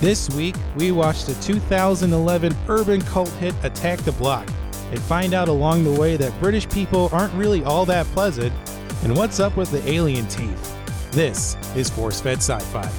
This week, we watch the 2011 urban cult hit Attack the Block and find out along the way that British people aren't really all that pleasant and what's up with the alien teeth. This is Force Fed Sci Fi.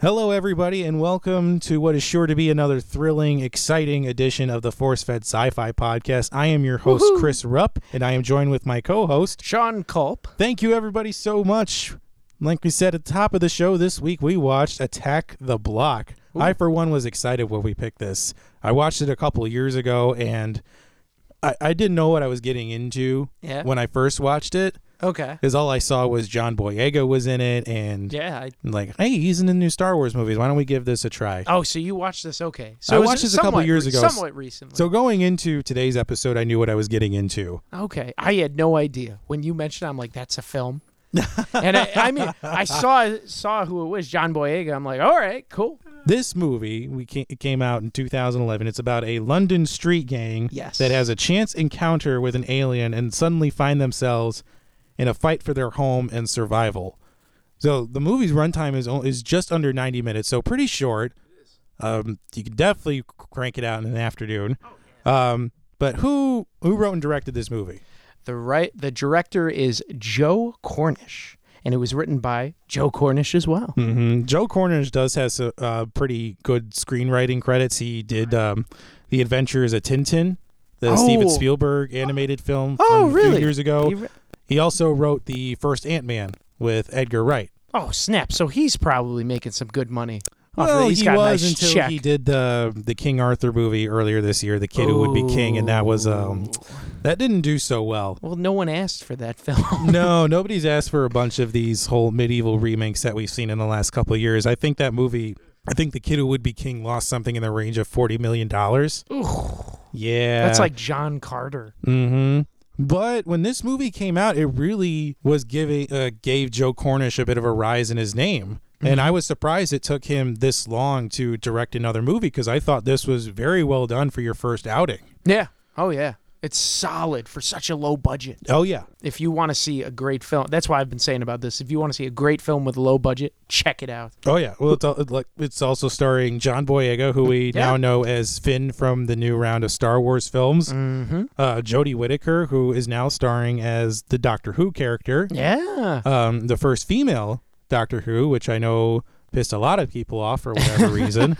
Hello, everybody, and welcome to what is sure to be another thrilling, exciting edition of the Force Fed Sci Fi Podcast. I am your host, Chris Rupp, and I am joined with my co host. Sean Culp. Thank you, everybody, so much. Like we said at the top of the show this week, we watched Attack the Block. I, for one, was excited when we picked this. I watched it a couple of years ago, and I, I didn't know what I was getting into Yeah. when I first watched it, Okay. because all I saw was John Boyega was in it, and Yeah. I, like, hey, he's in the new Star Wars movies. Why don't we give this a try? oh, so you watched this? Okay. I So it was watched this a couple somewhat years re- ago. Somewhat recently. So going into today's episode, I knew what I was getting into. okay, I had no idea when you mentioned. it, I'm like, that's a film. and I, I mean, I saw saw who it was, John Boyega. I'm like, all right, cool. This movie we ca- it came out in 2011. It's about a London street gang Yes. that has a chance encounter with an alien and suddenly find themselves in a fight for their home and survival. So the movie's runtime is o- is just under 90 minutes, so pretty short. Um, you can definitely crank it out in an afternoon. Um, but who who wrote and directed this movie? The right, the director is Joe Cornish, and it was written by Joe Cornish as well. hmm Mm-hmm. Joe Cornish does has a uh, pretty good screenwriting credits. He did um, the Adventures of Tintin, the Steven Oh. Spielberg animated film. Oh, from A few really? years ago, He re- he also wrote the first Ant Man with Edgar Wright. oh snap! So he's probably making some good money. off of Well, it. Oh, He's he got a was nice until check. he did the the King Arthur movie earlier this year, The Kid Who Would Be King, and that was Oh. um that didn't do so well. Well, no one asked for that film. No, nobody's asked for a bunch of these whole medieval remakes that we've seen in the last couple of years. I think that movie, I think the kid who would be king lost something in the range of forty million dollars. Yeah, That's like John Carter. Mm-hmm. But when this movie came out, it really was giving uh, gave Joe Cornish a bit of a rise in his name, and I was surprised it took him this long to direct another movie because I thought this was very well done for your first outing. Yeah. Oh yeah. It's solid for such a low budget. Oh yeah, If you want to see a great film, that's why I've been saying about this. If you want to see a great film with a low budget, check it out. Oh yeah, well, it's all, it, like it's also starring John Boyega, who we Yeah. now know as Finn from the new round of Star Wars films. Mm-hmm. Uh, Jodie Whittaker, who is now starring as the Doctor Who character, Yeah. um, the first female Doctor Who, which I know pissed a lot of people off for whatever reason.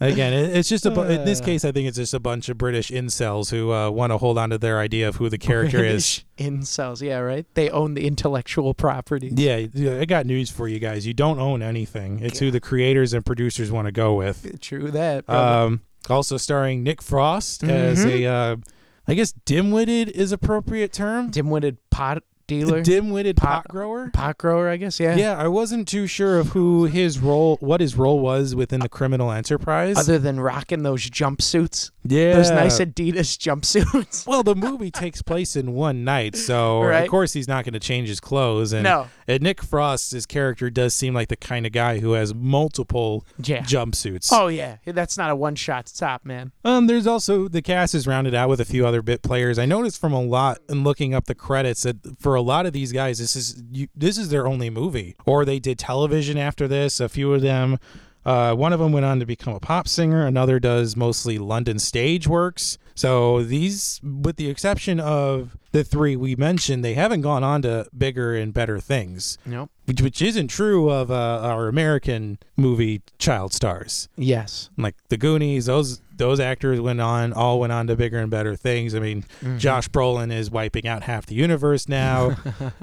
Again, it, it's just a bu- in Uh. this case, I think it's just a bunch of British incels who uh, want to hold on to their idea of who the character is. Incels. Yeah, right. They own the intellectual property. Yeah, yeah, I got news for you guys. You don't own anything. It's who the creators and producers want to go with. True that. brother. Um, also starring Nick Frost as Mm-hmm. a, uh, I guess dim-witted is appropriate term. Dim-witted pot dealer, Dim-witted pot, Pot- grower. pot grower, I guess. Yeah. Yeah, I wasn't too sure of who his role, what his role was within the criminal enterprise. Other than rocking those jumpsuits, yeah, those nice Adidas jumpsuits. well, the movie takes place in one night, so of Right. course he's not going to change his clothes. And, No. and Nick Frost's character does seem like the kind of guy who has multiple Yeah. jumpsuits. oh yeah, that's not a one-shot stop, man. Um, there's also the cast is rounded out with a few other bit players. I noticed from a lot and looking up the credits that for a lot of these guys, this is you, this is their only movie, or they did television after this. A few of them, uh, one of them went on to become a pop singer. Another does mostly London stage works. So these, with the exception of the three we mentioned, they haven't gone on to bigger and better things, Nope. which, which isn't true of uh, our American movie child stars Yes. like the Goonies, those those actors went on, all went on to bigger and better things. I mean, Mm-hmm. Josh Brolin is wiping out half the universe now.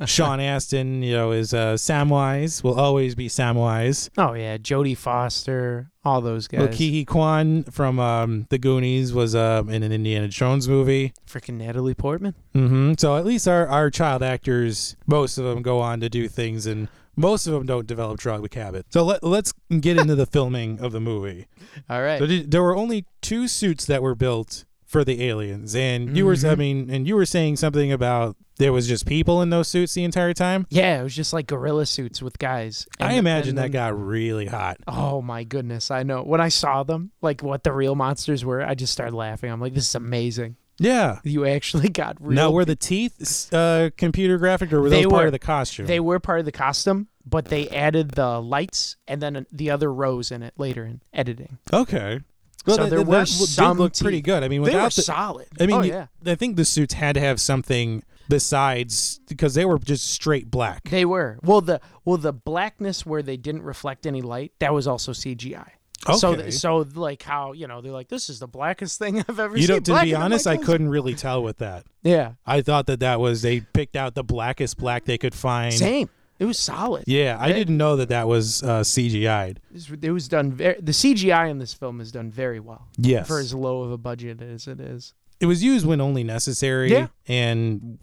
Sean Astin, you know, is uh, Samwise, will always be Samwise. Oh yeah, Jodie Foster, all those guys. Okihi Kwan from um, the Goonies was uh, in an Indiana Jones movie. Freaking Natalie Portman. hmm So at least our, our child actors, most of them go on to do things, and most of them don't develop drug habits. So let, let's get into the filming of the movie. All right. So did- there were only two suits that were built for the aliens. And you Mm-hmm. were, I mean, and you were saying something about there was just people in those suits the entire time. Yeah, it was just like gorilla suits with guys. I And- imagine and that then- got really hot. Oh my goodness, I know. When I saw them, like what the real monsters were, I just started laughing. I'm like, this is amazing. Yeah. You actually got real. Now were the teeth uh, computer graphic or were those They part were. of the costume? They were part of the costume, but they added the lights and then the other rows in it later in editing. okay. So that- there that were lo- some did look pretty teeth. good. I mean, they were without the, solid. I mean, oh, you- yeah. I think the suits had to have something besides because they were just straight black. They were. Well, the well the blackness where they didn't reflect any light, that was also CGI. So Okay. th- so like how, you know, they're like this is the blackest thing I've ever you seen. know, to black be and I'm honest, like, I "Those-" couldn't really tell with that. Yeah. I thought that that was they picked out the blackest black they could find. Same. It was solid. Yeah, I didn't know that that was uh, CGI'd. This- It was done very. The CGI in this film is done very well Yes, for as low of a budget as it is. it was used when only necessary. Yeah. and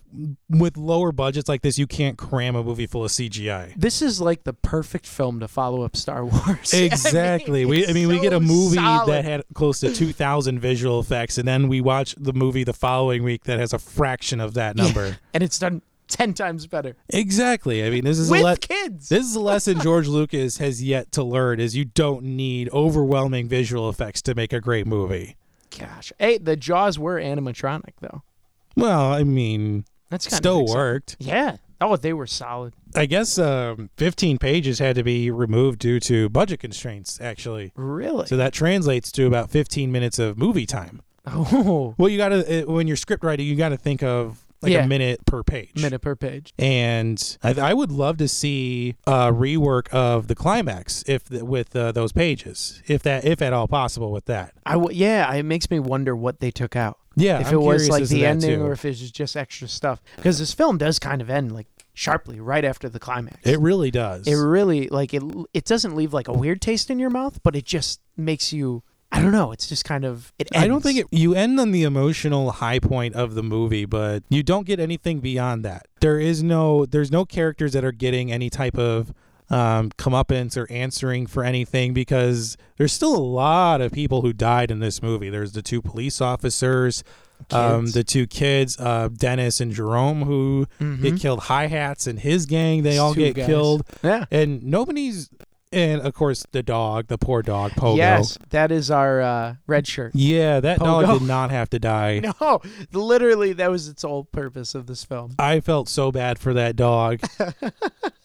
with lower budgets like this, you can't cram a movie full of CGI. This is like the perfect film to follow up Star Wars. Exactly. we I it's mean we get a so movie that solid. had close to 2000 visual effects and then we watch the movie the following week that has a fraction of that number. and it's done ten times better Exactly. I mean this is with a le- kids. this is a lesson George Lucas has yet to learn is you don't need overwhelming visual effects to make a great movie. Gosh, hey, the jaws were animatronic though. Well, I mean That's kind still of exciting. worked. Yeah. Oh, they were solid. I guess um, 15 pages had to be removed due to budget constraints actually. Really? So that translates to about 15 minutes of movie time. oh, Well, you gotta uh, when you're script writing, you gotta think of like Yeah. a minute per page. minute per page. And I, I would love to see a rework of the climax if th- with uh, those pages, if that if at all possible with that. I w- yeah, it makes me wonder what they took out. Yeah, if I'm it was curious like as to the that, ending too. or if it's just extra stuff because this film does kind of end like sharply right after the climax it really does. It really like it it doesn't leave like a weird taste in your mouth but it just makes you i don't know it's just kind of it I don't ends. think it, you end on the emotional high point of the movie, but you don't get anything beyond that. There is no there's no characters that are getting any type of um, comeuppance or answering for anything because there's still a lot of people who died in this movie. There's the two police officers, um, Kids. the two kids, uh, Dennis and Jerome, who Mm-hmm. get killed. Hi hats and his gang, they It's all two get guys. killed, yeah and nobody's. And of course, the dog, the poor dog, Pogo. yes that is our uh, red shirt Yeah, that Pogo. dog did not have to die. no literally that was its whole purpose of this film I felt so bad for that dog.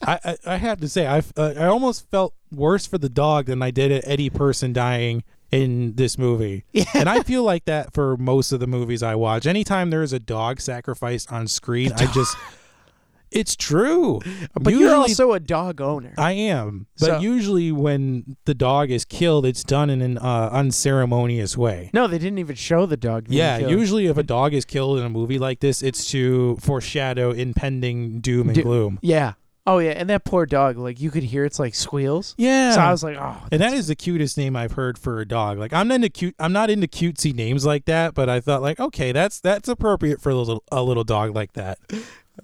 I, I, I have to say, I, uh, I almost felt worse for the dog than I did at any person dying in this movie. And I feel like that for most of the movies I watch. Anytime there is a dog sacrifice on screen, I just. It's true. but usually, you're also a dog owner I am. But So- usually when the dog is killed, it's done in an uh, unceremonious way. no they didn't even show the dog being Yeah, killed. usually if a dog is killed in a movie like this, it's to foreshadow impending doom and Do- gloom. yeah oh yeah and that poor dog like you could hear its like squeals Yeah. so i was like oh and that is the cutest name I've heard for a dog. Like I'm not into cute I'm not into cutesy names like that, but I thought like, okay, that's that's appropriate for a little a little dog like that.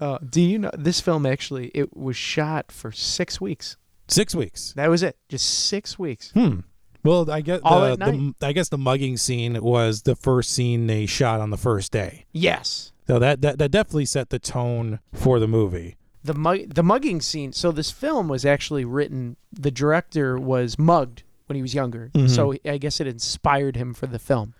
Uh, do you know this film actually? It was shot for six weeks. Six weeks. That was it. Just six weeks. Hmm. Well, I guess All the, at the I guess the mugging scene was the first scene they shot on the first day. Yes. So that that, that definitely set the tone for the movie. The mug, the mugging scene. So this film was actually written. The director was mugged when he was younger. Mhm. So I guess it inspired him for the film.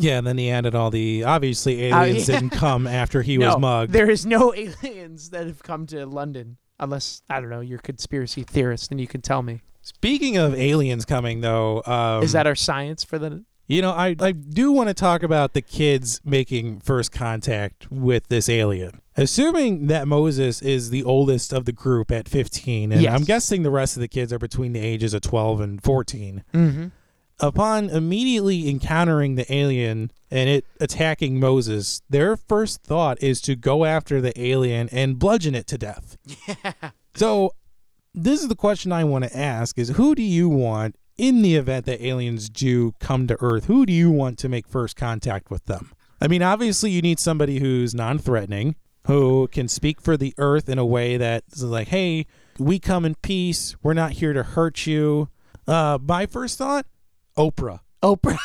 Yeah, and then he added all the obviously Oh, aliens yeah. didn't come after he no, was mugged. There is no aliens that have come to London unless I don't know. You're a conspiracy theorist, and you can tell me. Speaking of aliens coming though, um, is that our science for the? You know, I, I do want to talk about the kids making first contact with this alien. Assuming that Moses is the oldest of the group at 15, and Yes. I'm guessing the rest of the kids are between the ages of 12 and 14. Mm-hmm. Upon immediately encountering the alien and it attacking Moses, their first thought is to go after the alien and bludgeon it to death. Yeah. So, this is the question I want to ask is who do you want in the event that aliens do come to Earth? Who do you want to make first contact with them? I mean, obviously you need somebody who's non-threatening, who can speak for the Earth in a way that's like, "Hey, we come in peace. We're not here to hurt you." Uh, my first thought, Oprah. Oprah.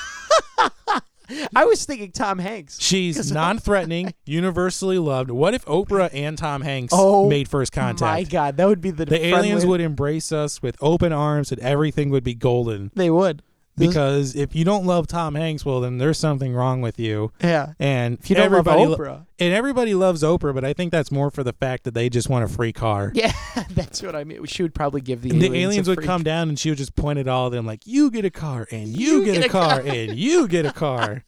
I was thinking Tom Hanks. She's non-threatening, universally loved. What if Oprah and Tom Hanks Oh, made first My contact? God, that would be the The aliens friendly- would embrace us with open arms, and everything would be golden. They would. Those- Because if you don't love Tom Hanks, well, then there's something wrong with you. yeah. And If you don't love everybody lo- Oprah. and everybody loves Oprah, but I think that's more for the fact that they just want a free car. Yeah, that's what I mean. She would probably give the And aliens, the aliens a would free- come down and she would just point at all of them like, you get a car and you, get, a car, and you get a car.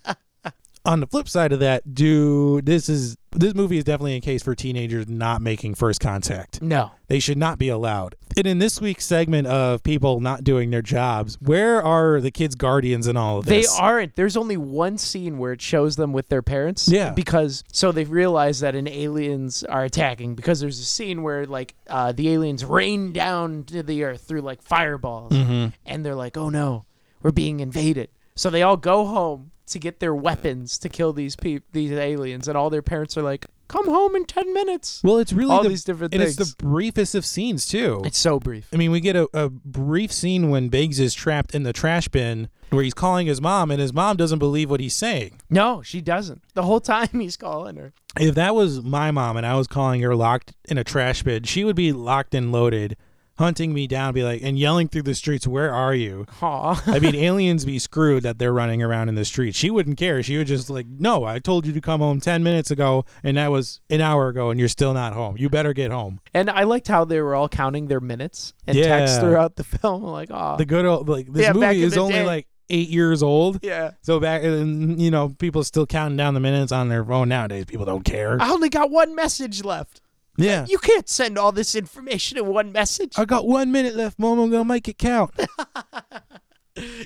On the flip side of that, do this is this movie is definitely a case for teenagers not making first contact. No. They should not be allowed. And in this week's segment of people not doing their jobs, where are the kids' guardians in all of They this? aren't. There's only one scene where it shows them with their parents. Yeah. Because so they realize that an aliens are attacking because there's a scene where like uh, the aliens rain down to the earth through like fireballs Mm-hmm. and they're like, oh no, we're being invaded. So they all go home to get their weapons to kill these peop- these aliens and all their parents are like, come home in ten minutes. Well, it's really all the, these different and it's things. the briefest of scenes too. it's so brief. I mean, we get a, a brief scene when Biggs is trapped in the trash bin where he's calling his mom, and his mom doesn't believe what he's saying. No, she doesn't. The whole time he's calling her. If that was my mom and I was calling her locked in a trash bin, she would be locked and loaded, hunting me down, be like, and yelling through the streets, "Where are you?" Aw. I mean, aliens be screwed that they're running around in the street. She wouldn't care. She would just like, "No, I told you to come home ten minutes ago, and that was an hour ago, and you're still not home. You better get home." And I liked how they were all counting their minutes and Yeah. text throughout the film. I'm like, oh, The good old like this Yeah, back movie in is the only day. like eight years old. yeah. So back, and, you know, people still counting down the minutes on their phone nowadays. People don't care. I only got one message left. yeah. You can't send all this information in one message. I got one minute left, Mom. I'm gonna make it count.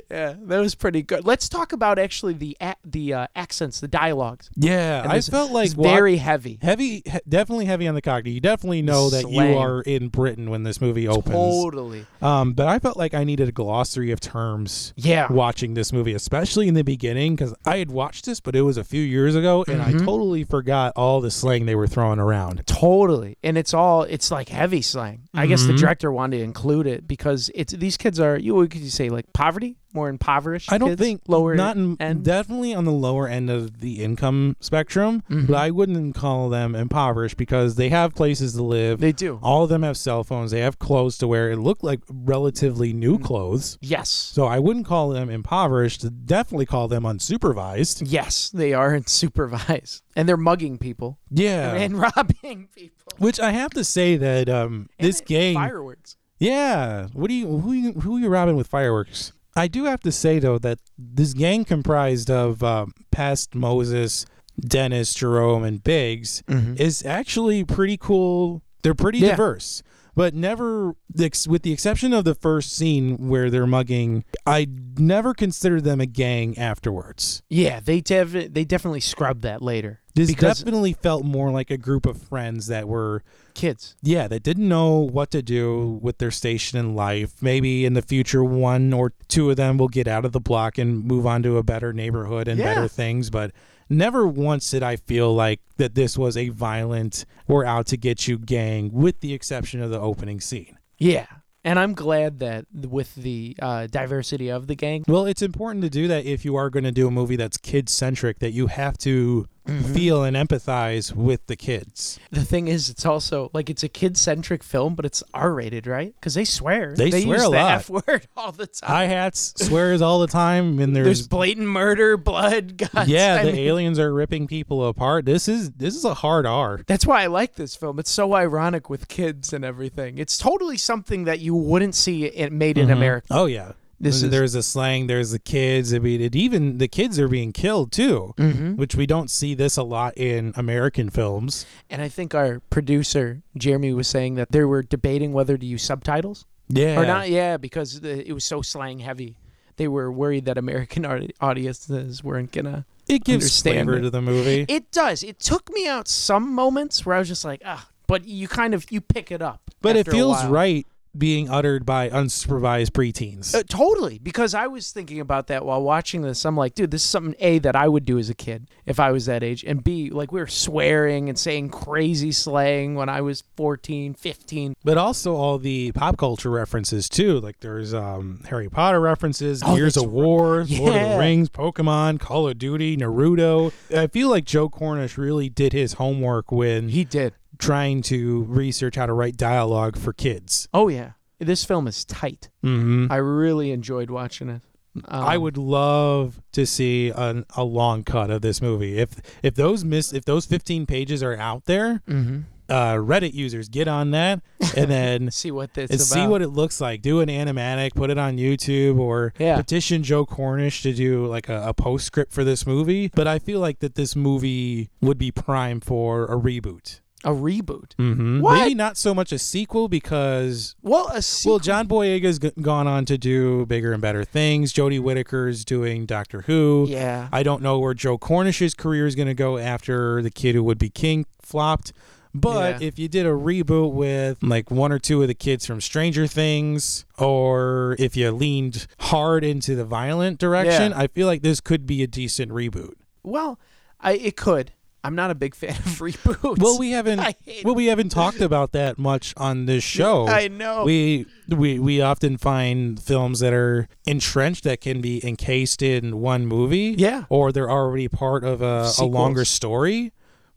Yeah, that was pretty good. Let's talk about actually the a- the uh, accents, the dialogues. Yeah, I It's- felt like it's wa- very heavy. heavy, he- definitely heavy on the cockney. You definitely know that Slang. you are in Britain when this movie opens. Totally. Um, but I felt like I needed a glossary of terms. Yeah. Watching this movie, especially in the beginning, because I had watched this, but it was a few years ago, and Mm-hmm. I totally forgot all the slang they were throwing around. Totally. And it's all it's like heavy slang. I guess Mm-hmm. the director wanted to include it because it's these kids are you what could you say like poverty? More impoverished I don't kids? think lower not in, end. definitely on the lower end of the income spectrum, Mm-hmm. but I wouldn't call them impoverished because they have places to live. They do. All of them have cell phones. They have clothes to wear. It looked like relatively new Mm-hmm. clothes. yes. So I wouldn't call them impoverished. Definitely call them unsupervised. Yes, they are in supervised. And they're mugging people Yeah. and robbing people. Which I have to say that um, this gang. Fireworks. Yeah. What do you who you, who you robbing with fireworks? I do have to say though that this gang comprised of um, past Moses, Dennis, Jerome, and Biggs is actually pretty cool. They're pretty Mm-hmm. Yeah. diverse, but never ex- with the exception of the first scene where they're mugging. I never considered them a gang afterwards. Yeah, they dev- they definitely scrubbed that later. This because definitely felt more like a group of friends that were kids. yeah, they didn't know what to do with their station in life. Maybe in the future, one or two of them will get out of the block and move on to a better neighborhood and Yeah. better things. But never once did I feel like that this was a violent, we're out to get you gang, with the exception of the opening scene. Yeah. And I'm glad that with the uh, diversity of the gang, Well, it's important to do that if you are going to do a movie that's kid centric, that you have to feel and empathize with the kids. the thing is, it's also like it's a kid centric film, but it's R rated, right? Because they swear. They swear use a the lot. F word all the time. Hi hats, swears all the time, and There's blatant murder, blood, guts. Yeah, I the mean, aliens are ripping people apart. This is this is a hard R. That's why I like this film. It's so ironic with kids and everything. It's totally something that you wouldn't see it made in America. Oh yeah. This is- there's the slang, there's the kids. I mean, it even the kids are being killed too, Mm-hmm. which we don't see this a lot in American films. And I think our producer Jeremy was saying that they were debating whether to use subtitles Yeah. or not. Yeah, because the, it was so slang heavy. They were worried that American audi- audiences weren't gonna. It gives Understand flavor it. to the movie. It does. It took me out some moments where I was just like, ah. But you kind of you pick it up. but it after a feels while. right being uttered by unsupervised preteens. Uh, totally, because I was thinking about that while watching this. I'm like, dude, this is something A that I would do as a kid if I was that age, and B, like we were swearing and saying crazy slang when I was 14, 15. but also all the pop culture references too. Like there's um, Harry Potter references, Oh, Years that's of War, Lord of the Yeah. Rings, Pokemon, Call of Duty, Naruto. I feel like Joe Cornish really did his homework when He did. trying to research how to write dialogue for kids. Oh yeah, this film is tight. Mm-hmm. I really enjoyed watching it. Um, I would love to see an, a long cut of this movie. If if those miss if those 15 pages are out there, mhm. uh, Reddit users get on that and then see what this and about. see what it looks like. Do an animatic, put it on YouTube, or Yeah. petition Joe Cornish to do like a, a postscript for this movie. But I feel like that this movie would be prime for a reboot. a reboot. Mm-hmm. What? Maybe not so much a sequel because Well, a well, sequel. John Boyega's g- gone on to do bigger and better things. Jodie Whittaker's doing Doctor Who. yeah. I don't know where Joe Cornish's career is going to go after the kid who would be king flopped. But Yeah. if you did a reboot with like one or two of the kids from Stranger Things, or if you leaned hard into the violent direction, Yeah. I feel like this could be a decent reboot. Well, I it could. I'm not a big fan of reboots. Well, we haven't I hate well we haven't talked about that much on this show. I know. We we we often find films that are entrenched that can be encased in one movie. Yeah. Or they're already part of a, a Sequels. longer story.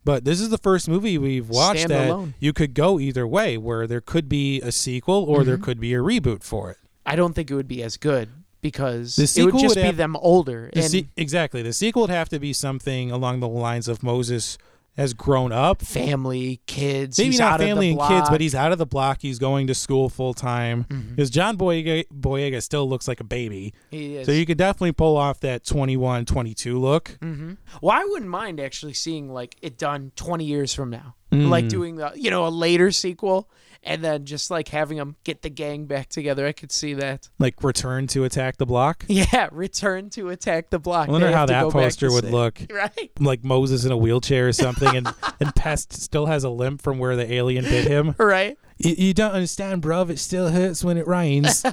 But this is the first movie we've watched Stand that alone. you could go either way, where there could be a sequel or Mm-hmm. there could be a reboot for it. I don't think it would be as good because The it would sequel just would be have- them older. The And se- exactly. The sequel would have to be something along the lines of Moses has grown up. family, kids. Maybe he's not out of the family and kids, block. Mm-hmm. but he's out of the block. He's going to school full time because John Boyega, Boyega still looks like a baby. He is. So you could definitely pull off that 21, 22 look. well, I wouldn't mind actually seeing like it done 20 years from now, Mm. like doing the you know a later sequel, and then just like having them get the gang back together. I could see that. Like return to attack the block. Yeah, return to attack the block. I wonder They how have to that go back poster to would say- look. Right. Like Moses in a wheelchair or something, and, and Pest still has a limp from where the alien bit him. Right. You, you don't understand, bruv. It still hurts when it rains.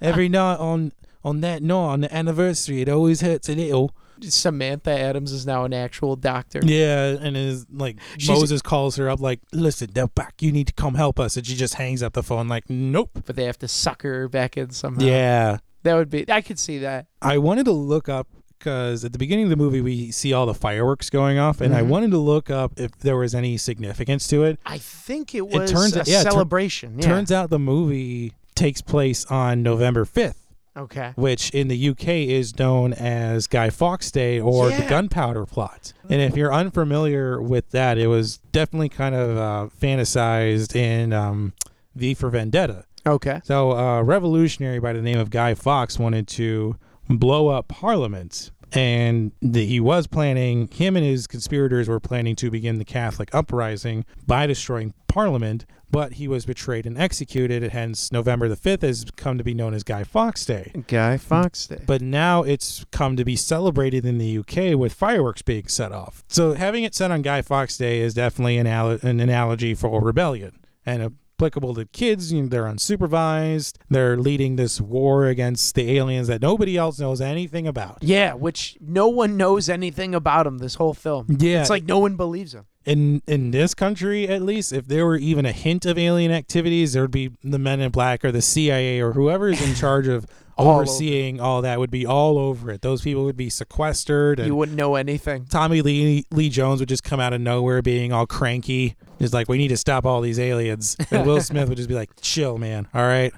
Every night on on that night on the anniversary, it always hurts a little. Samantha Adams is now an actual doctor. Yeah, and is like She's- Moses calls her up, like, "Listen, they're back. You need to come help us." And she just hangs up the phone, like, "Nope." But they have to suck her back in somehow. Yeah. That would be I could see that. I wanted to look up because at the beginning of the movie we see all the fireworks going off, and I wanted to look up if there was any significance to it. I think it was turns a out- yeah, it tur- celebration. yeah. Turns out the movie takes place on November fifth, Okay. which in the UK is known as Guy Fawkes Day or the Yeah. Gunpowder Plot. And if you're unfamiliar with that, it was definitely kind of uh, fantasized in um, V for Vendetta. Okay. So, a revolutionary by the name of Guy Fawkes wanted to blow up Parliament, and the, he was planning, him and his conspirators were planning to begin the Catholic uprising by destroying Parliament, but he was betrayed and executed, and hence November the 5th has come to be known as Guy Fawkes Day. Guy Fox Day. But now it's come to be celebrated in the UK with fireworks being set off. So having it set on Guy Fawkes Day is definitely an, al- an analogy for rebellion and applicable to kids. You know, they're unsupervised. They're leading this war against the aliens that nobody else knows anything about. yeah, which no one knows anything about him this whole film. Yeah, It's like no one believes him. in in this country at least, if there were even a hint of alien activities, there would be the Men in Black or the CIA or whoever is in charge of All over. overseeing all that would be all over it. Those people would be sequestered. And You wouldn't know anything. Tommy Lee Lee Jones would just come out of nowhere being all cranky. Just like, we need to stop all these aliens. And Will Smith would just be like, chill, man. All right.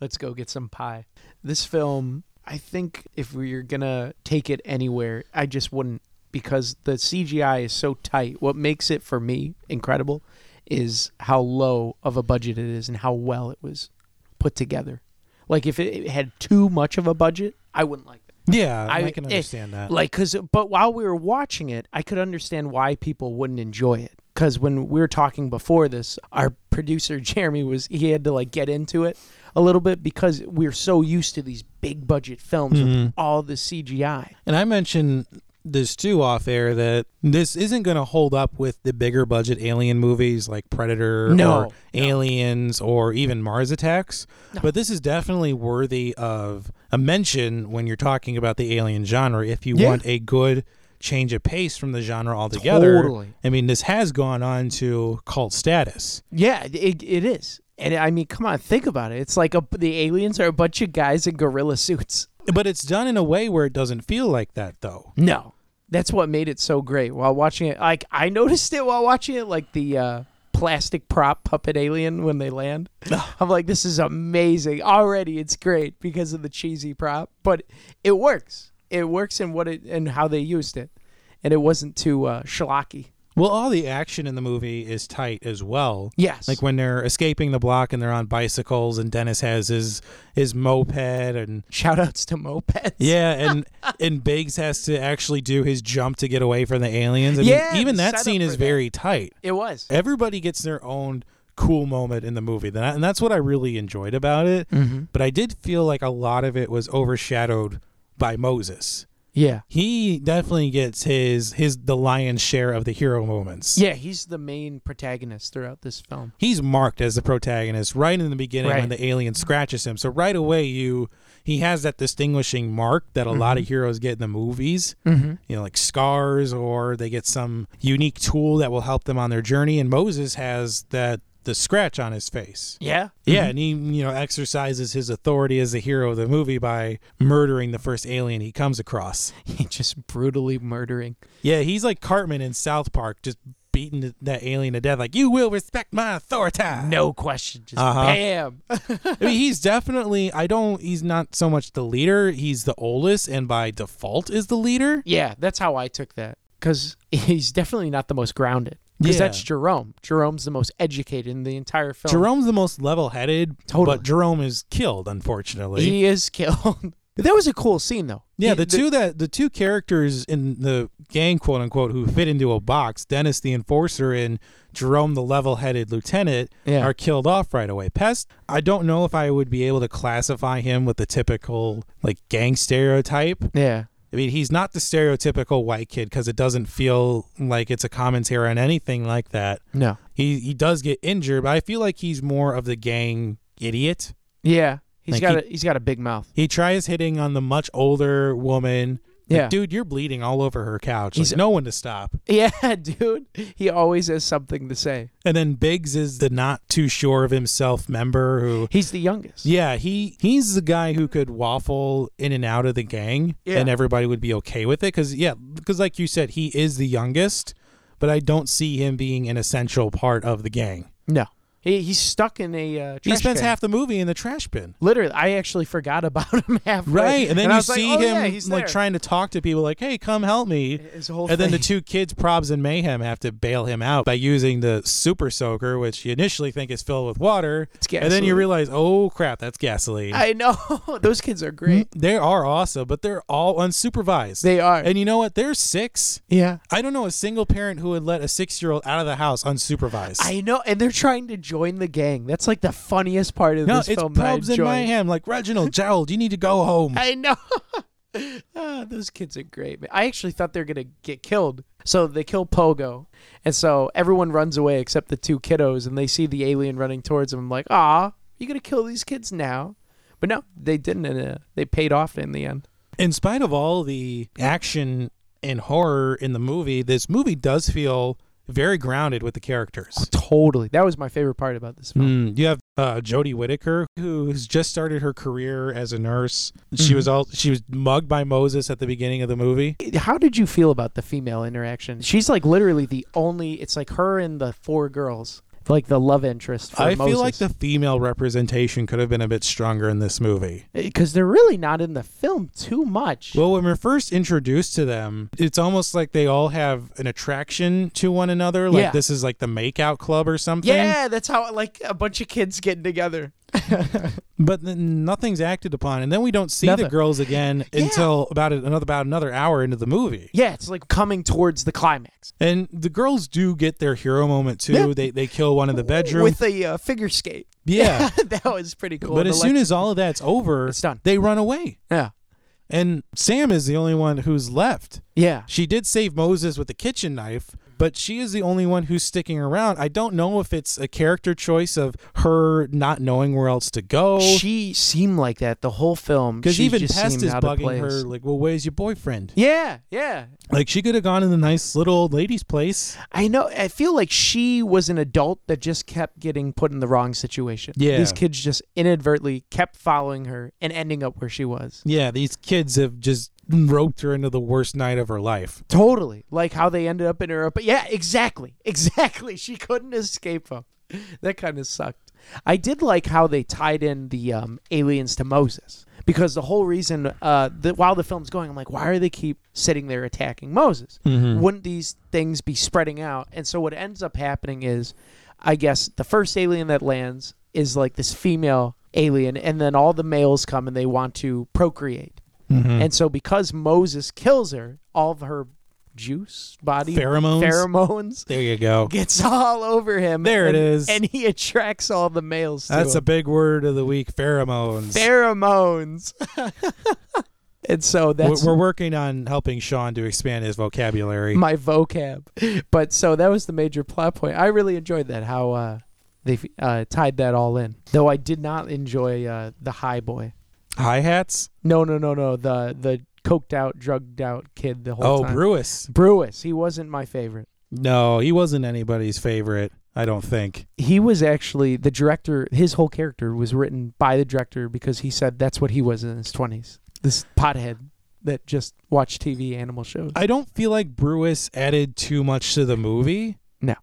Let's go get some pie. This film, I think if we are going to take it anywhere, I just wouldn't because the CGI is so tight. What makes it for me incredible is how low of a budget it is and how well it was put together. Like if it it had too much of a budget, I wouldn't like that. Yeah, I, I- can eh, understand that. Like cuz but while we were watching it, I could understand why people wouldn't enjoy it. Cuz when we were talking before this, our producer Jeremy was he had to like get into it a little bit because Mm-hmm. we're so used to these big budget films with all the CGI. And I mentioned this too off air that this isn't going to hold up with the bigger budget alien movies like Predator No, or no. Aliens or even Mars Attacks. But this is definitely worthy of a mention when you're talking about the alien genre if you Yeah. want a good change of pace from the genre altogether. Totally. I mean, this has gone on to cult status. Yeah, it, it is. And I mean, come on, think about it. It's like a, the aliens are a bunch of guys in gorilla suits. But it's done in a way where it doesn't feel like that though. No, that's what made it so great. While watching it, like I noticed it while watching it, like the uh, plastic prop puppet alien when they land. I'm like, this is amazing. Already, it's great because of the cheesy prop, but it works. It works in what it and how they used it, and it wasn't too uh, schlocky. Well, all the action in the movie is tight as well. Yes, Like when they're escaping the block and they're on bicycles and Dennis has his his moped and shout outs to mopeds. yeah and and Biggs has to actually do his jump to get away from the aliens. I Yeah, mean, even the that setup scene for is that. very tight. it was. Everybody gets their own cool moment in the movie. And that- and that's what I really enjoyed about it. Mm-hmm. But I did feel like a lot of it was overshadowed by Moses. Yeah, He definitely gets his his the lion's share of the hero moments. yeah. He's the main protagonist throughout this film. he's marked as the protagonist right in the beginning when Right. the alien scratches him. So right away, you he has that distinguishing mark that a lot of heroes get in the movies. Mm-hmm. You know, like scars, or they get some unique tool that will help them on their journey. And Moses has that the scratch on his face. Yeah. Yeah, and he you know exercises his authority as the hero of the movie by murdering the first alien he comes across. just brutally murdering. Yeah, he's like Cartman in South Park, just beating that alien to death. Like you will respect my authority. No question. Just Uh-huh. bam. I mean, he's definitely. I don't. He's not so much the leader. He's the oldest, and by default is the leader. Yeah, that's how I took that. Because he's definitely not the most grounded. Because Yeah. that's Jerome. Jerome's the most educated in the entire film. Jerome's the most level-headed, Oh. Totally. but Jerome is killed, unfortunately. he is killed. that was a cool scene, though. yeah, He- the, two that the two characters in the gang, quote unquote, who fit into a box, Dennis the enforcer and Jerome the level-headed lieutenant, Yeah. are killed off right away. Pest, I don't know if I would be able to classify him with the typical like gang stereotype. Yeah. I mean, he's not the stereotypical white kid because it doesn't feel like it's a commentary on anything like that. No. He he does get injured, but I feel like he's more of the gang idiot. Yeah. He's Like, got he- a he's got a big mouth. He tries hitting on the much older woman. Like, Yeah. dude, you're bleeding all over her couch. He's- Like, no one to stop. Yeah, dude. He always has something to say. And then Biggs is the not too sure of himself member who. He's the youngest. Yeah, he he's the guy who could waffle in and out of the gang, Yeah. and everybody would be okay with it. Because yeah, because like you said, he is the youngest, but I don't see him being an essential part of the gang. No. He, he's stuck in a uh, trash he spends can. half the movie in the trash bin. Literally, I actually forgot about him halfway. Right, and then I you was like, see oh, him yeah, he's like there. trying to talk to people, like, "Hey, come help me!" His whole and then the thing. two kids, Probs and Mayhem, have to bail him out by using the super soaker, which you initially think is filled with water, It's and then you gasoline. realize, "Oh crap, that's gasoline." I know those kids are great. they are awesome, but they're all unsupervised. They are. Mm-hmm. And you know what? They're six. yeah. I don't know a single parent who would let a six year old out of the house unsupervised. I know, and they're trying to join the gang. That's like the funniest part of no, this it's film. that I probes in enjoy. my hand. Like, Reginald, Gerald, you need to go home. I know. Ah, those kids are great. man. I actually thought they were gonna get killed, so they kill Pogo, and so everyone runs away except the two kiddos, and they see the alien running towards them. I'm like, ah, you gonna kill these kids now? But no, they didn't, and uh, they paid off in the end. in spite of all the action and horror in the movie, this movie does feel very grounded with the Oh. characters. Totally, that was my favorite part about this film. Mm, you have uh, Jodie Whittaker, who's just started her career as a nurse. She Mm-hmm. was all she was mugged by Moses at the beginning of the movie. How did you feel about the female interaction? She's like literally the only. It's like her and the four girls, like the love interest. For I feel like the female representation could have been a bit stronger in this movie. because Eh, they're really not in the film too much. Well, when we're first introduced to them, it's almost like they all have an attraction to one another. Like Yeah. this is like the makeout club or something. yeah, that's how like a bunch of kids getting together. But then nothing's acted upon, and then we don't see Nothing. the girls again until about a- another about another hour into the movie. Yeah, it's like coming towards the climax And the girls do get their hero moment too. Yeah. They they kill one in the bedroom. with a uh, figure skate. yeah. that was pretty cool. but The as soon lec- as all of that's over, It's done. they run away. yeah, And Sam is the only one who's left. Yeah. She did save Moses with the kitchen knife, but she is the only one who's sticking around. I don't know if it's a character choice of her not knowing where else to go. She seemed like that the whole film. Because She even just Pest seemed is out of bugging her, place. like, well, where's your boyfriend? Yeah, yeah. Like, she could have gone to the nice little old lady's place. I know. I feel like she was an adult that just kept getting put in the wrong situation. Yeah. These kids just inadvertently kept following her and ending up where she was. Yeah, these kids have just roped her into the worst night of her life. Totally. Like how they ended up in Europe. But yeah, exactly. Exactly. She couldn't escape them. That kind of sucked. I did like how they tied in the um, aliens to Moses. Because the whole reason, uh, the, while the film's going, I'm like, why are they keep sitting there attacking Moses? Wouldn't these things be spreading out? And so what ends up happening is, I guess, the first alien that lands is like this female alien, and then all the males come and they want to procreate. Mm-hmm. And so because Moses kills her, all of her juice, body Pheromones? pheromones There you go. gets all over him. There it and, is. And he attracts all the males to That's a him. big word of the week pheromones. pheromones. and so We're- that's We're working on helping Sean to expand his vocabulary. my vocab. But so that was the major plot point. I really enjoyed that how uh, they uh, tied that all in. Though I did not enjoy uh, the high boy. Hi hats? No, no, no, no. The the coked out, drugged out kid the whole Oh, time. Brewis. Brewis. He wasn't my favorite. No, he wasn't anybody's favorite, I don't think. He was actually the director. His whole character was written by the director because he said that's what he was in his twenties. This pothead that just watched TV animal shows. I don't feel like Brewis added too much to the movie. No.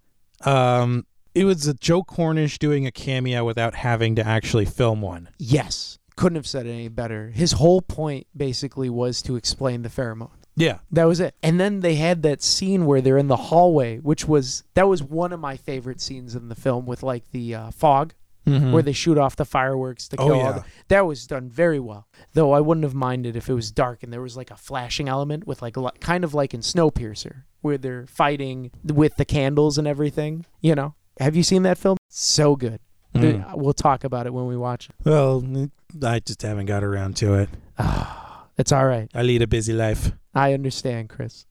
Um, it was a Joe Cornish doing a cameo without having to actually film one. yes, couldn't have said it any better. His whole point basically was to explain the pheromone. Yeah. That was it. And then they had that scene where they're in the hallway, which was that was one of my favorite scenes in the film with like the uh, fog Mm-hmm. where they shoot off the fireworks to Hmm. Oh, kill all yeah. the, that was done very well. Though I wouldn't have minded if it was dark and there was like a flashing element with like li- kind of like in Snowpiercer where they're fighting with the candles and everything, you know. Have you seen that film? So good. Hmm. The- uh, we'll talk about it when we watch it. Mm. Well, I just haven't got around to it. It's all right. I lead a busy life. I understand, Chris.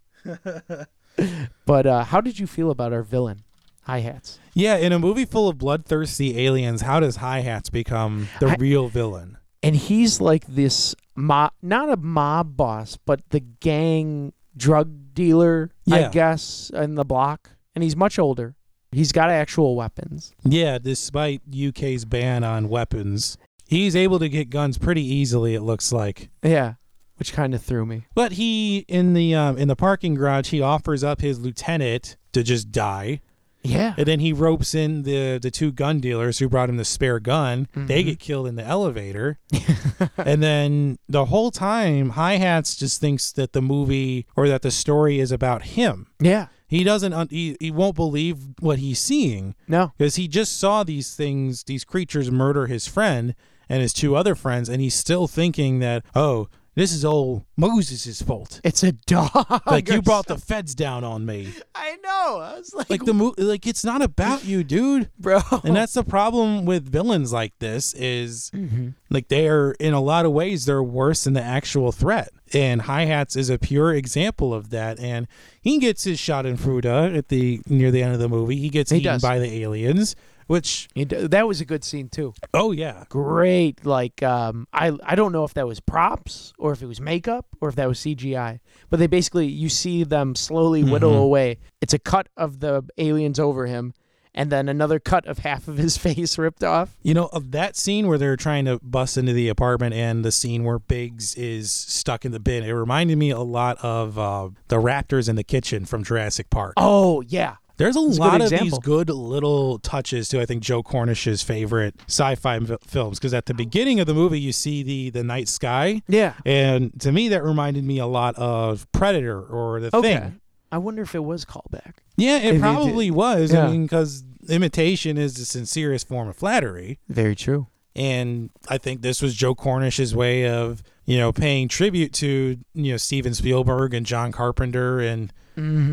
but uh, how did you feel about our villain, Hi Hats? Yeah, in a movie full of bloodthirsty aliens, how does Hi Hats become the I- real villain? And he's like this mob, not a mob boss, but the gang drug dealer, Yeah. I guess, in the block. And he's much older. He's got actual weapons. Yeah, despite UK's ban on weapons, he's able to get guns pretty easily, it looks like. Yeah, which kind of threw me. But he in the um, in the parking garage, he offers up his lieutenant to just die, Yeah. and then he ropes in the the two gun dealers who brought him the spare gun. They get killed in the elevator, and then the whole time, Hi Hats just thinks that the movie or that the story is about him. yeah. He doesn't un- he, he won't believe what he's seeing No. because he just saw these things, these creatures murder his friend and his two other friends, and he's still thinking that oh. This is all Moses' fault It's a dog. like you or brought something. the feds down on me I know. I was like, like the mo- like it's not about you dude bro. and that's the problem with villains like this is Mm-hmm. like they're in a lot of ways they're worse than the actual threat and hi-hats is a pure example of that and he gets his shot in fruta at the near the end of the movie he gets He eaten does. by the aliens which You d- that was a good scene too. oh yeah great like um i i don't know if that was props or if it was makeup or if that was cgi but they basically you see them slowly whittle away it's a cut of the aliens over him and then another cut of half of his face ripped off you know of that scene where they're trying to bust into the apartment and the scene where biggs is stuck in the bin it reminded me a lot of uh, the raptors in the kitchen from jurassic park oh yeah There's a a good lot of these example. good little touches to I think Joe Cornish's favorite sci-fi m- films because at the beginning of the movie you see the the night sky yeah and to me that reminded me a lot of Predator or The okay Thing. i wonder if it was callback Yeah, it did. probably was. I Yeah. mean cuz imitation is the sincerest form of flattery very true and I think this was Joe Cornish's way of, you know, paying tribute to, you know, Steven Spielberg and John Carpenter and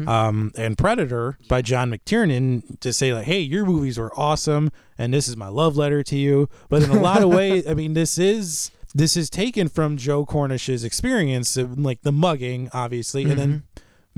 um, and Predator by John McTiernan to say like, hey, your movies were awesome, and this is my love letter to you. But in a lot of ways, I mean, this is this is taken from Joe Cornish's experience, of, like the mugging, obviously, and then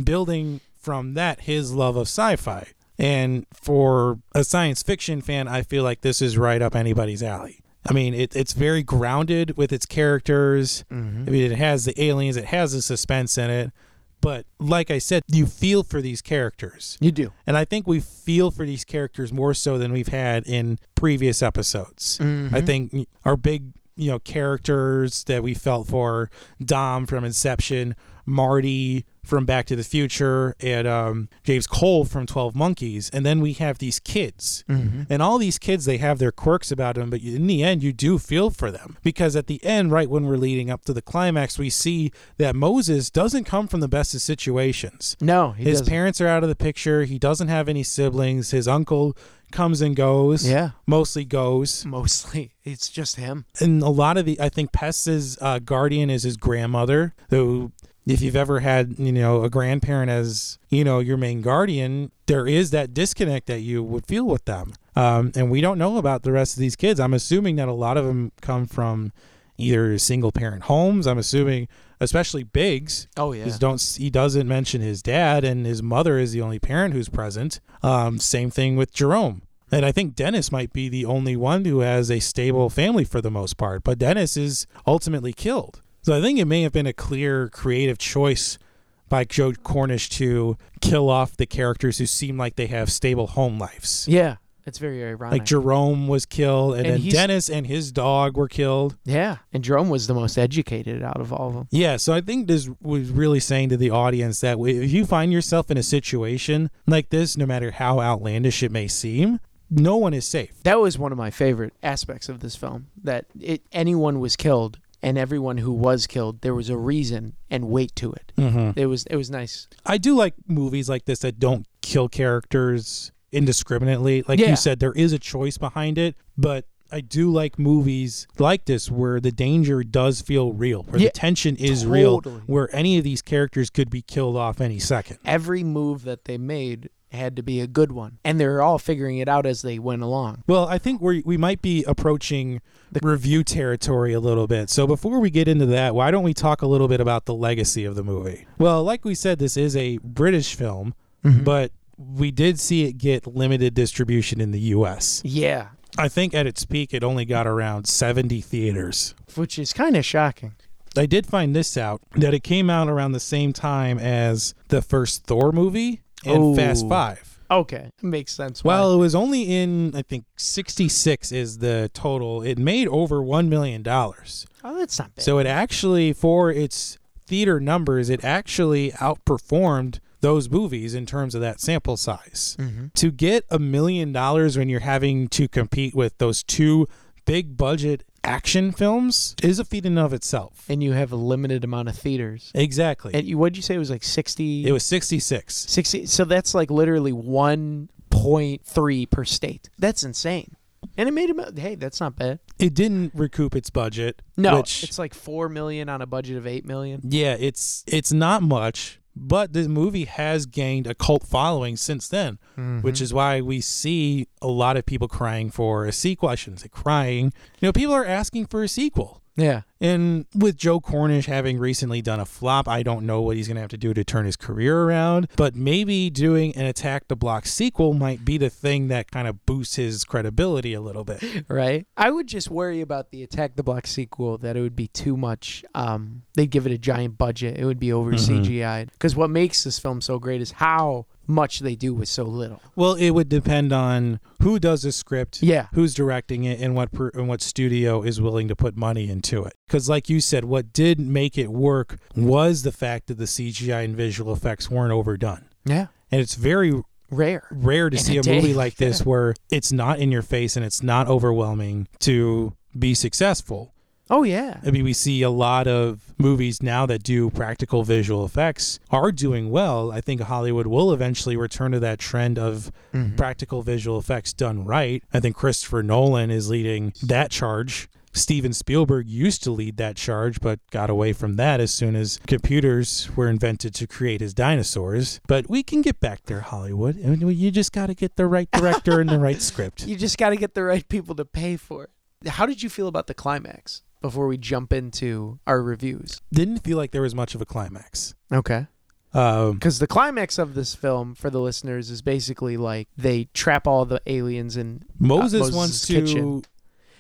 building from that his love of sci-fi. And for a science fiction fan, I feel like this is right up anybody's alley. I mean, it, it's very grounded with its characters. I mean, it has the aliens, it has the suspense in it. But like I said, you feel for these characters. You do. And I think we feel for these characters more so than we've had in previous episodes. I think our big, you know, characters that we felt for Dom from Inception, Marty from Back to the Future, and um, James Cole from 12 Monkeys. And then we have these kids. And all these kids, they have their quirks about them, but in the end, you do feel for them. Because at the end, right when we're leading up to the climax, we see that Moses doesn't come from the best of situations No, he his doesn't. parents are out of the picture. He doesn't have any siblings. His uncle comes and goes. Yeah. Mostly goes. Mostly, it's just him. And a lot of the, I think Pest's uh, guardian is his grandmother, who, if you've ever had, you know, a grandparent as, you know, your main guardian, there is that disconnect that you would feel with them. Um, and we don't know about the rest of these kids. I'm assuming that a lot of them come from either single parent homes. I'm assuming, especially Biggs, Oh yeah. is don't he doesn't mention his dad and his mother is the only parent who's present. Um, same thing with Jerome. And I think Dennis might be the only one who has a stable family for the most part, but Dennis is ultimately killed. So I think it may have been a clear creative choice by Joe Cornish to kill off the characters who seem like they have stable home lives. yeah, it's very ironic. Like Jerome was killed, and, And then he's- Dennis and his dog were killed. yeah, and Jerome was the most educated out of all of them. Yeah, so I think this was really saying to the audience that if you find yourself in a situation like this, no matter how outlandish it may seem, no one is safe. That was one of my favorite aspects of this film. That it anyone was killed, and everyone who was killed, there was a reason and weight to it. It was it was nice. I do like movies like this that don't kill characters indiscriminately. Like Yeah. you said, there is a choice behind it, but I do like movies like this where the danger does feel real, where Yeah, the tension is real, totally. where any of these characters could be killed off any second. Every move that they made had to be a good one, and they're all figuring it out as they went along. Well, I think we we might be approaching the review territory a little bit. So before we get into that, why don't we talk a little bit about the legacy of the movie? Well, like we said, this is a British film, but we did see it get limited distribution in the U.S. Yeah, I think at its peak, it only got around 70 theaters. which is kind of shocking. I did find this out that it came out around the same time as the first Thor movie and Oh. Fast Five. Okay, makes sense. why. Well, it was only in I think 66 is the total. It made over 1 million dollars. oh, that's not bad. So it actually for its theater numbers, it actually outperformed those movies in terms of that sample size. Mm-hmm. To get a million dollars when you're having to compete with those two big budget action films is a feat in and of itself. and you have a limited amount of theaters. Exactly. And you, what'd you say it was like 60? it was 66. 60. So that's like literally 1.3 per state. That's insane. And it made him, hey, that's not bad. It didn't recoup its budget. No, which, it's like 4 million on a budget of 8 million. Yeah, it's it's not much, but the movie has gained a cult following since then, which is why we see a lot of people crying for a sequel. I shouldn't say crying. You know, people are asking for a sequel. Yeah. And with Joe Cornish having recently done a flop, I don't know what he's going to have to do to turn his career around, but maybe doing an Attack the Block sequel might be the thing that kind of boosts his credibility a little bit. Right. I would just worry about the Attack the Block sequel that it would be too much. Um, they'd give it a giant budget. It would be over CGI'd. Because what makes this film so great is how much they do with so little. Well, it would depend on who does the script, Yeah. who's directing it, and what per, and what studio is willing to put money into it. Because, like you said, what did make it work was the fact that the CGI and visual effects weren't overdone, Yeah. and it's very Rare. rare to In see a a, movie day. like this where it's not in your face and it's not overwhelming to be successful. Oh, yeah. I mean, we see a lot of movies now that do practical visual effects are doing well. I think Hollywood will eventually return to that trend of Mm-hmm. practical visual effects done right. I think Christopher Nolan is leading that charge. Steven Spielberg used to lead that charge, but got away from that as soon as computers were invented to create his dinosaurs. But we can get back there, Hollywood. I mean, you just got to get the right director and the right script. You just got to get the right people to pay for it. How did you feel about the climax before we jump into our reviews. Didn't feel like there was much of a climax. Okay. Um, Because the climax of this film for the listeners is basically like they trap all the aliens in Moses, Moses' wants to kitchen.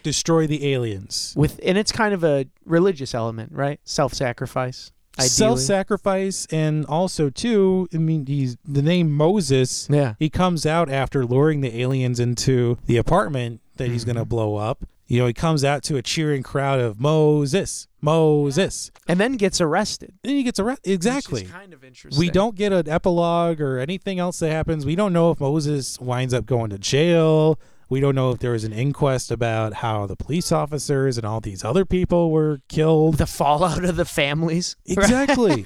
destroy the aliens. with, and it's kind of a religious element, right? Self sacrifice. Self sacrifice, and also, too, I mean, he's, the name Moses, Yeah. he comes out after luring the aliens into the apartment that he's going to blow up. You know, he comes out to a cheering crowd of Moses, Moses. And then gets arrested. Then he gets arrested. Exactly. kind of interesting. We don't get an epilogue or anything else that happens. We don't know if Moses winds up going to jail. We don't know if there was an inquest about how the police officers and all these other people were killed. The fallout of the families. Exactly.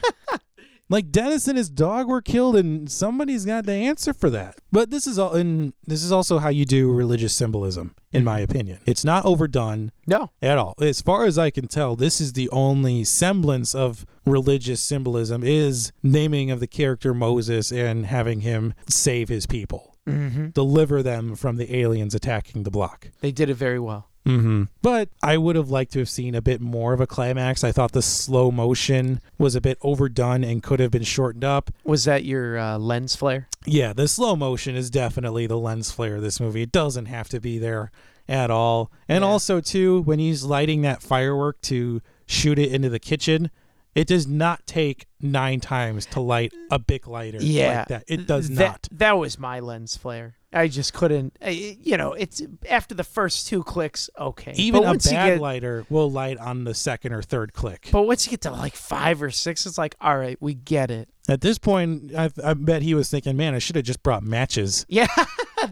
like Dennis and his dog were killed and somebody's got to answer for that. But this is all and this is also how you do religious symbolism in my opinion. It's not overdone No. at all. As far as I can tell, this is the only semblance of religious symbolism is naming of the character Moses and having him save his people, Mm-hmm. deliver them from the aliens attacking the block. They did it very well. Mm-hmm. But I would have liked to have seen a bit more of a climax. I thought the slow motion was a bit overdone and could have been shortened up. Was that your uh, lens flare? Yeah, the slow motion is definitely the lens flare of this movie. It doesn't have to be there at all. And Yeah. also too, when he's lighting that firework to shoot it into the kitchen, it does not take nine times to light a big lighter like that. It does Th- not. That, was my lens flare. I just couldn't. I, you know, it's after the first two clicks, okay. Even but a once you bad get, lighter will light on the second or third click. But once you get to like five or six, it's like, all right, we get it. At this point, I, I bet he was thinking, "Man, I should have just brought matches." Yeah,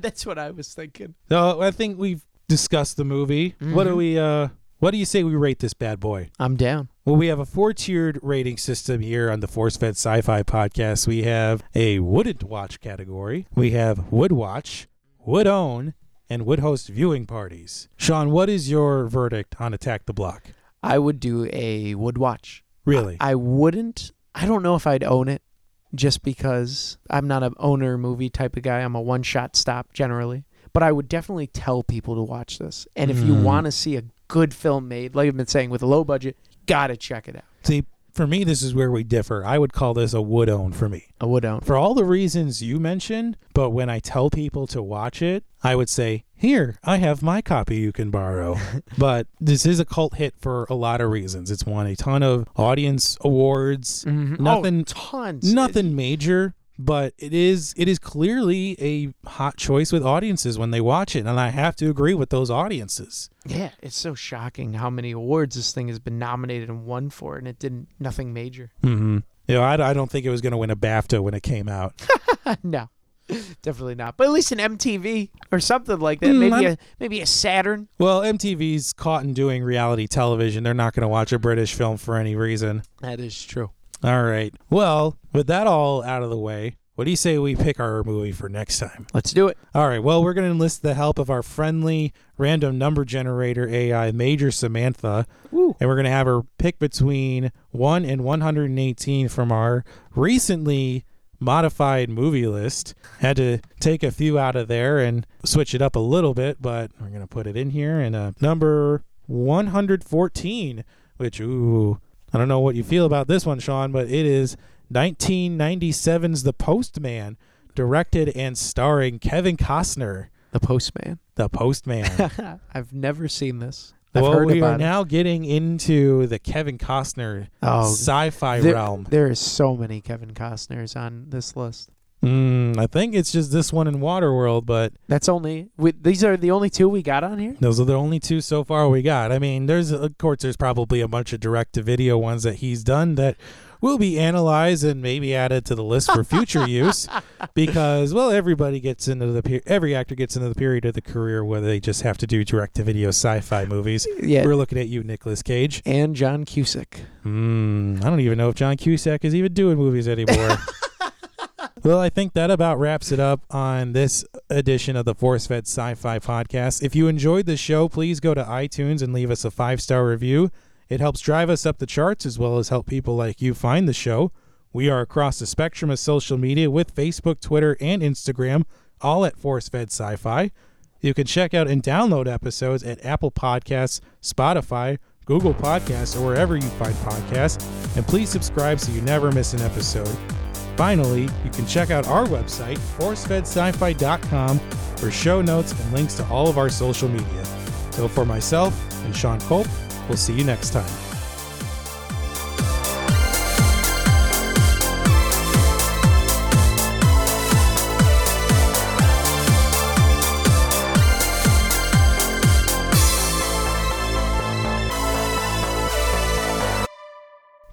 that's what I was thinking. So I think we've discussed the movie. What do we? uh What do you say we rate this bad boy? I'm down. Well, we have a four-tiered rating system here on the Force Fed Sci-Fi Podcast. We have a wouldn't watch category. We have would watch, would own, and would host viewing parties. Sean, what is your verdict on Attack the Block? I would do a wood watch. Really? I wouldn't. I don't know if I'd own it, just because I'm not an owner movie type of guy. I'm a one shot stop generally. But I would definitely tell people to watch this. And if you Mm. want to see a good film made, like I've been saying, with a low budget, gotta check it out. See, for me, this is where we differ. I would call this a would own for me. I would own. for all the reasons you mentioned, but when I tell people to watch it, I would say, Here, I have my copy you can borrow. but this is a cult hit for a lot of reasons. It's won a ton of audience awards, Mhm. nothing Oh, tons. nothing major, but it is it is clearly a hot choice with audiences when they watch it, and I have to agree with those audiences. Yeah, it's so shocking how many awards this thing has been nominated and won for, and it didn't nothing major. Mm-hmm. You know, I, I don't think it was going to win a BAFTA when it came out. no, definitely not. But at least an MTV or something like that. Mm, maybe I'm- a maybe a Saturn. well, MTV's caught in doing reality television. They're not going to watch a British film for any reason. That is true. All right. Well, with that all out of the way, what do you say we pick our movie for next time? Let's do it. All right. Well, we're going to enlist the help of our friendly random number generator AI, Major Samantha, Woo. and we're going to have her pick between 1 and 118 from our recently modified movie list. Had to take a few out of there and switch it up a little bit, but we're going to put it in here. And uh, number 114, which, ooh, I don't know what you feel about this one, Sean, but it is 1997's The Postman, directed and starring Kevin Costner. The Postman. The Postman. I've never seen this. I've well, heard we about are now getting into the Kevin Costner it. Oh, sci-fi there, realm. there is so many Kevin Costners on this list. Mm, I think it's just this one in Waterworld, but That's only we, these are the only two we got on here. those are the only two so far we got. I mean, there's of course there's probably a bunch of direct-to-video ones that he's done that will be analyzed and maybe added to the list for future use because well everybody gets into the per- every actor gets into the period of the career where they just have to do direct-to-video sci-fi movies. Yeah, We're looking at you, Nicolas Cage. and John Cusick. Mm, I don't even know if John Cusack is even doing movies anymore. well, I think that about wraps it up on this edition of the Force Fed Sci Fi Podcast. If you enjoyed the show, please go to iTunes and leave us a five star review. It helps drive us up the charts as well as help people like you find the show. We are across the spectrum of social media with Facebook, Twitter, and Instagram, all at Force Fed Sci Fi. You can check out and download episodes at Apple Podcasts, Spotify, Google Podcasts, or wherever you find podcasts, and please subscribe so you never miss an episode. Finally, you can check out our website, forcefedscifi.com, for show notes and links to all of our social media. So for myself and Sean Culp, we'll see you next time.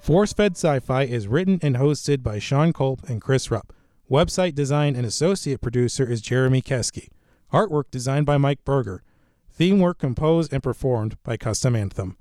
Force Fed Sci Fi is written and hosted by Sean Culp and Chris Rupp. Website design and associate producer is Jeremy Keski. Artwork designed by Mike Berger. Theme work composed and performed by Custom Anthem.